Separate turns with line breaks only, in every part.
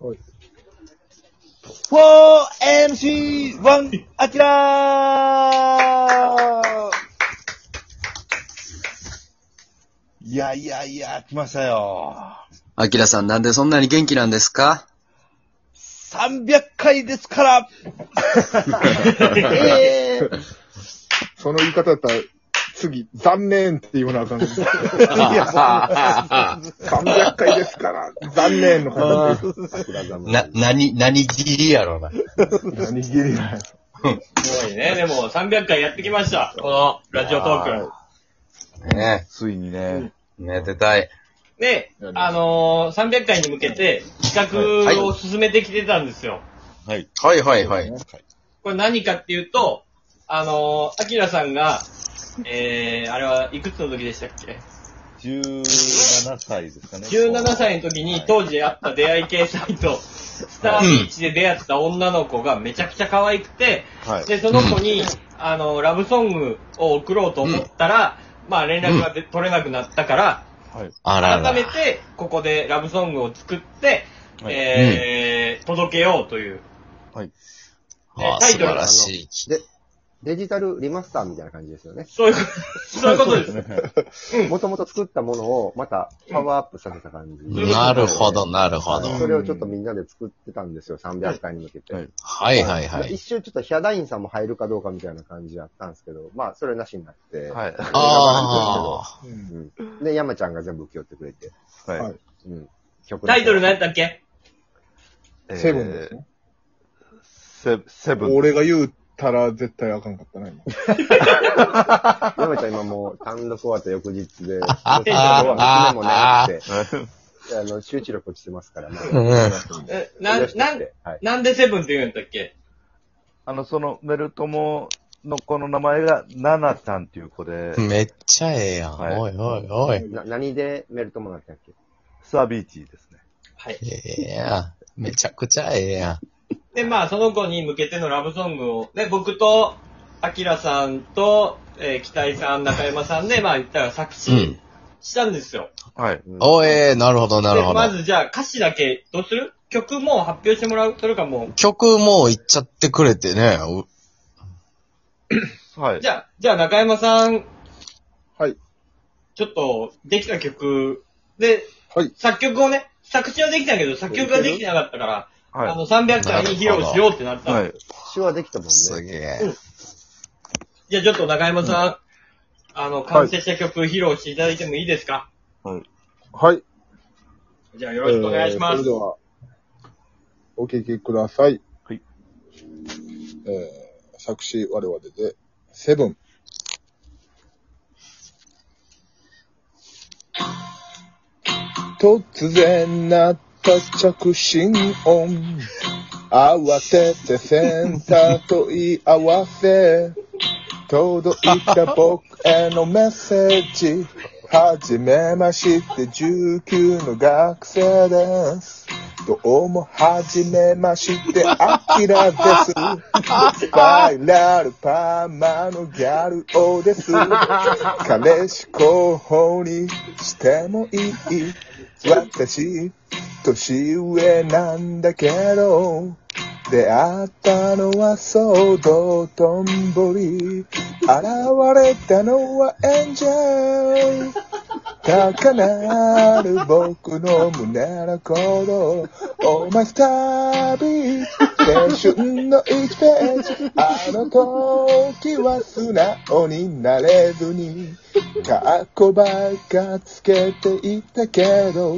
はい。
4MC1 アキラーいやいやいや、来ましたよ。
アキラさん、なんでそんなに元気なんですか
300回ですから えー
その言い方だったら、次、残念って言わなあ かん。
いやそんな
300回ですから、残念の方で
な、なに、何ギリやろうな。
何切りない。
すごいね。でも、300回やってきました。この、ラジオトーク。
ね
ついにね、
え、めでたい。
で、あのー、300回に向けて、企画を進めてきてたんですよ。
はいはいはい。
これ何かっていうと、あのー、アキラさんが、えー、あれはいくつの時でしたっけ
17歳ですかね。
?17 歳の時に当時あった出会い系サイト、スタービーチで出会った女の子がめちゃくちゃ可愛くて、
はい。
で、その子に、あの、ラブソングを送ろうと思ったら、まあ連絡がで取れなくなったから、
はい。
あらら
改め。て、ここでラブソングを作って、
はい
えー届けようという。
はい。
あ
タイ
素
トル
晴らしい。
で、デジタルリマスターみたいな感じですよね。
そういうこと、そういうことです。
もともと作ったものをまたパワーアップさせた感じ。
ん
なるほど、なるほど。
それをちょっとみんなで作ってたんですよ、300回に向けて。
はいは
はい
い
はいは
まあ一
い。
周ちょっとヒャダインさんも入るかどうかみたいな感じだったんですけど、まあ、それなしになって。
はい。
ああ。
うん
うんで、山ちゃんが全部受け負ってくれて。
はい。
うん。曲の
タイトル何やったっけ
えー
セブンですね。
セセブン。
俺が言うたら絶対あかんかったな、今。
山ちゃん今もう単独終わった翌日で、
あ
テンションも
あ
もなくて、
はい
あの、集中力落ちてますから、まあ、
うん
えな、
嬉し
な
く
ん、
てはい。
なんでセブンって言うんだっけ
あの、その、メルトモの子の名前が、ナナちゃんっていう子で、
めっちゃええやん。
はい
おいおいおい。
な何でメルトもなったっけ
スタービーチですね。
はい。
ええやん。めちゃくちゃええやん。
で、まあ、その子に向けてのラブソングを、で、僕と、アキラさんと、えー、北井さん、中山さんで、まあ、言ったら作
う
詞
ん。
したんですよ。
はい。
おえなるほどなる
で、
ほ
ま
ど。
ずじゃあ、歌詞だけ、どうする曲も発表してもらうそれかもう、
曲もういっちゃってくれてね。う
はい。
じゃあ、じゃあ中山さん、
はい。
ちょっと、できた曲で、
はい。
作曲をね、作詞はできたけど、作曲ができてなかったから、あ
は
の、300回に披露しようってな
い。
った。
はい。
手話できたもん
す
ね。
げえ。
じゃあちょっと中山さん、あの、完成した曲披露していただいてもいいですか、
はい。
じゃあよ
よ
ろしくお願いします。
それでは、お聴きください。
はい。
えー、作詞我々で、セブン。突然なった着信音。慌ててセンターと言い合わせ。届いた僕へのメッセージ。はじめまして19の学生です。どうもはじめまして、アキラです。スパイラルパーマのギャル王です。彼氏候補にしてもいい。私、年上なんだけど、出会ったのはそう道頓堀。現れたのはエンジェル。高鳴る僕の胸の鼓動。お前スタービー青春の1ページ。あの時は素直になれずに。かっこばっかつけていたけど、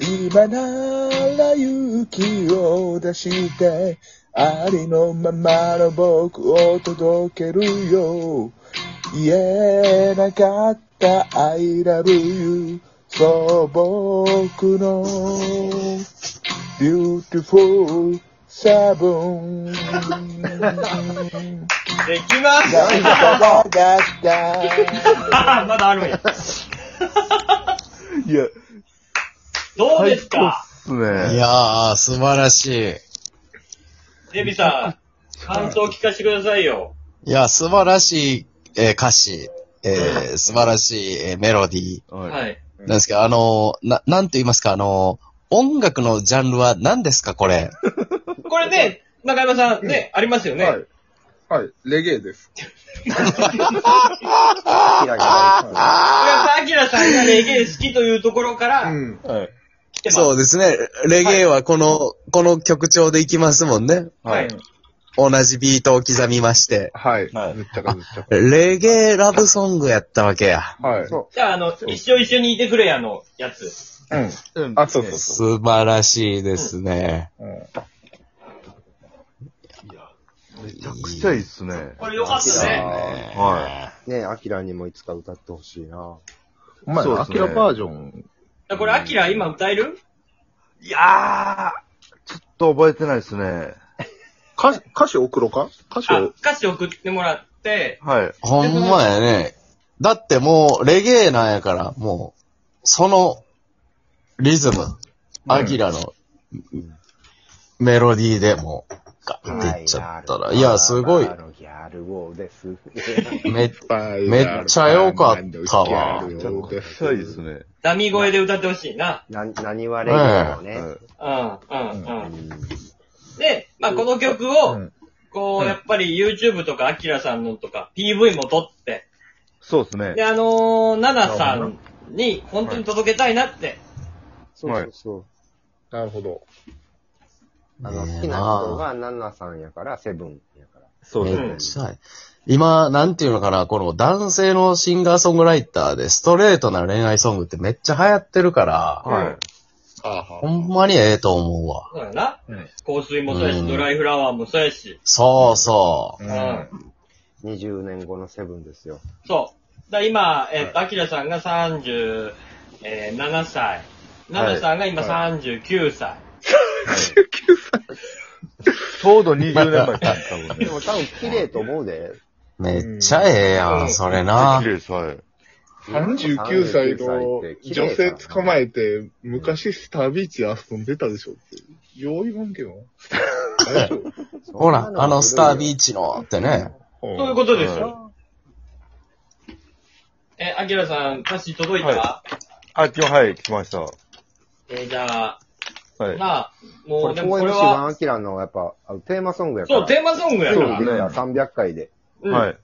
今なら勇気を出して、ありのままの僕を届けるよ。言えなかった I love you そう僕の beautiful seven
できま
だ
す
だだだ
まだあるんや。
いや、
どうですか、
すね。
いやー、素晴らしい。
デビさん、感想聞かせてくださいよ。
いや、素晴らしい、えー歌詞、えー素晴らしい、えーメロディー
は。
はいい。
なんですけど、あのーな、なんて言いますか、あのー音楽のジャンルは何ですか、こ れ。
これね、中山さんね、ありますよね。
はい。はい。レゲエです。
キラキラ。
あきらさんがレゲエ好きというところから、
うん。
はい。
来てます。
そうですね。レゲエはこの、この曲調でいきますもんね。
はい。
同じビートを刻みまして。
はい。
はい
ずっちゃかずっちゃ
レゲエラブソングやったわけや。
か。はい。
そ
じゃあ、あの、一生一緒にいてくれやのやつ。
うん。
うん
あ、そうそうそ
素晴らしいですね。
う。うん
めちゃくちゃいいっすね。
これよかったね。
ね
は
う。ねえ、アキラにもいつか歌ってほしいな。
お前
そう
ら、
で
ア
す
キ
ね
ラバージョン。
これ、アキラ今歌える
い。いやー、ちょっと覚えてないですね。
歌詞、歌詞送ろうか歌詞
あ
を。、
歌詞送ってもらって、
はい。
ほんまやね。だってもう、レゲエなんやから、もう、その、リズム、アキラの、メロディーでもう、ガッていっちゃったら、いや、すごい
あ、のギャル王です。
め、 め
め
っちゃ良かったわ
めっちゃ良かっ
めちゃくちゃいいですね。
ダミ声で歌ってほしいな。
な、 何割れるのね。
はい
うん、うん、
う
うん。
ん
で、まあ、この曲
たう
を、
ん
こう、やっぱり YouTube とか、アキラさんのとか、PV も撮って、
そうですね
で、。あのー、ナナさんに、本当に届けたいなって。
そうそうそう。
なるほど。
あの、好きな人がナナさんやから、セブンやから。
そうです
う
ね
ん。
はい。今、なんていうのかな、この男性のシンガーソングライターで、ストレートな恋愛ソングってめっちゃ流行ってるから、
はい。
あ
ほんまにええと思うわ。
そうやな
うん。
香水もそうや
う
し、
ん
ドライフラワーもそうやし。
そうそうう。
うんん。
20年後のセブンですよ。
そう。だから今、えっと、アキラさんが37歳。ナナさんが今39歳。
ちょうど20年前かな、多分
で
ね。
も多分綺麗と思うで。
めっちゃええや
うん
ん、それな
綺。麗です、はい。
39歳の女性捕ま
え
えて、昔スタービーチ遊んでたでしょって。よう言わんけどな。大丈 夫
ほら、あのスタービ
ー
ーチのってね。
そういうことですよ。え、アキラさん、歌詞届いた、
はあ、今日、はい、来ました。は
えーじゃあ、
い。
まあ、も
こ
う、で
れ、
もこ
公演
れ
のシワ
は、
ンアキラのやっぱ、あのテーマソングやから。
そう、テーマソングやか
そう
ら。
できた、300回で。
うん
はい。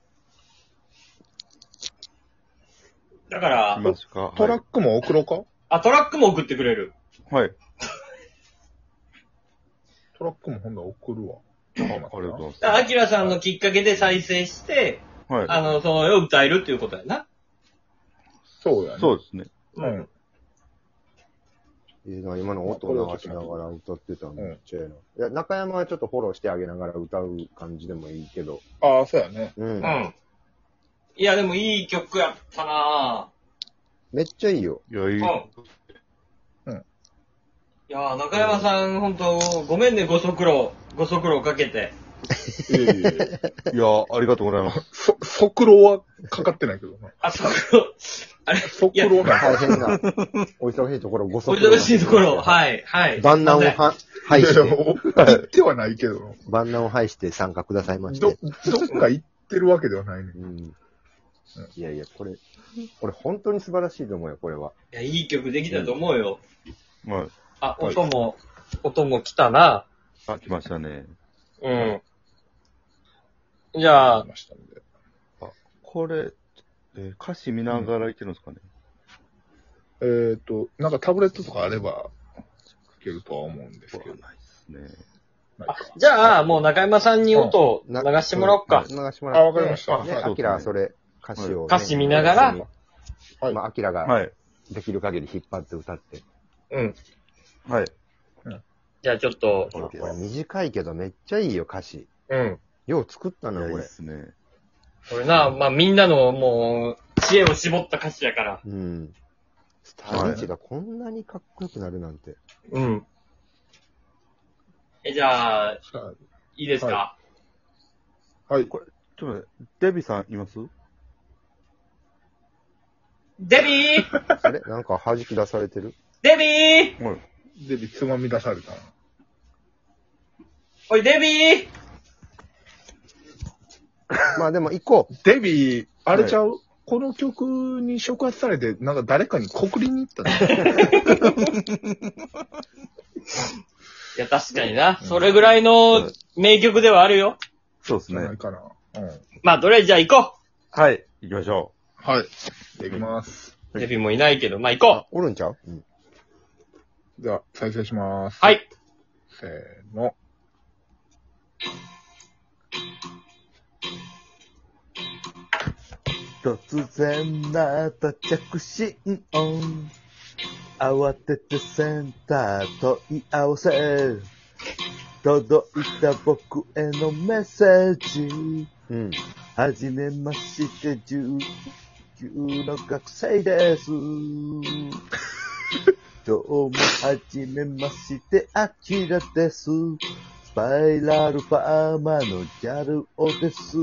だから
来、ますか。
トラックも送ろうか
あ、トラックも送ってくれる。
はい。はい。
トラックもほんなら送るわ。
あありがとうございます。
だからアキラさんのきっかけで再生して、あ
は
の、その絵を歌えるっていうことやな。
そうや
い。
ね。
そうですね。
うん。
いいな今の音流しながら歌ってたんで、ちゃえな。いや、中山はちょっとフォローしてあげながら歌う感じでもいいけど。
ああ、そうやね。
う。
うんん。いや、でもいい曲やったな
めっちゃいいよ。
いや、い
ぁ。
い。
うん。
うん
いやー中山さん、ほんと、ごめんね、ご足労、ご足労かけて。
いえいえ。
いや、ありがとうございます。
そ、速労はかかってないけどな。
あ、足労、 あれ、
速労なんか。
大変な。お忙しいところ、ご
お
足労
忙しいところ、はい、はい。
万難を
すいま
は、はい
いやいや
して、
お言ってはないけどな、
万難を排して参加くださいまし
ど
て。、
どっか行ってるわけではないね。
うん。いやいや、これ、これ本当に素晴らしいと思うよ、これは。
せんいや、いい曲できたと思うよ。
はい。
あ、音も、音も来たな。
あ、来ましたね。
うん。じゃあ、
ましたんで
これ、えー歌詞見ながらいけるんですかね。
えっと、なんかタブレットとかあれば、いけるとは思うんです
こ
け
れ
ど
は。ないですね。
ないか
じゃあ、もう中山さんに音を流
な
してもらおうか
流。してもら
あ、
おう。
わかりました。
ね、
はい
アキラはそれ、歌詞をね、
歌詞見ながら
はい
まあ、アキラが
はい。
できる限り引っ張って歌って。
うん。
はい。
じゃあちょっと、
これ短いけどめっちゃいいよ、歌詞。
うん。
よう作った
いや、
な、
いい
こ
で
れ。
すね。
これな、まあみんなのもう、知恵を絞った歌詞やから。
うん。スターリーチがこんなにかっこよくなるなんて。
うん。え、じゃあ、い
はい
ですか、
はい。
ちょっと待って、デビさんいます
デビー
あれなんか弾き出されてる
デビー
はい。
デビつまみ出されたな。
おい、デビー
まあでも行こう。
デビー、あれちゃう、この曲に触発されて、なんか誰かに告りに行ったね。
いや、確かにな。それぐらいの名曲ではあるよ。
そうです
じゃな
ね
い。かな。うん。はい。
まあ、どれじゃあ行こ
はい、行きましょ
じゃあ行きます。
う。デビもいないけど、まあ行こ
おるんちゃう、うん、
じゃあ、再生します。
う。はい。
せーの。
突然なった着信音。慌ててセンター問い合わせ。届いた僕へのメッセージ。
うん。
はじめまして、19の学生です。どうも、はじめまして、あきらです。スパイラルファーマーのギャルオです。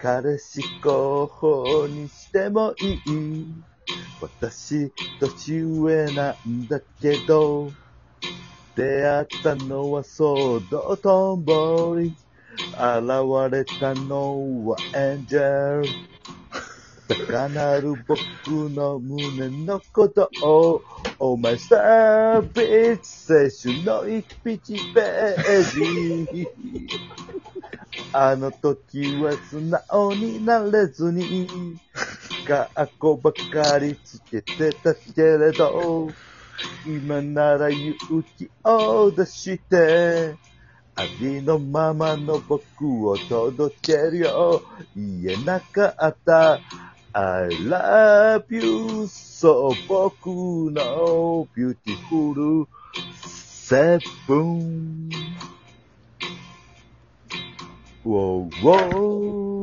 彼氏候補にしてもいい。私、年上なんだけど、出会ったのはそう道頓堀。現れたのはエンジェル。高鳴る僕の胸のことを、お前さ、ビーチ、青春の1ピチページ。あの時は素直になれずに、学校ばかりつけてたけれど、今なら勇気を出して、ありのままの僕を届けるよ。言えなかった。I love you. そう、僕の beautiful seven. ウォーウォー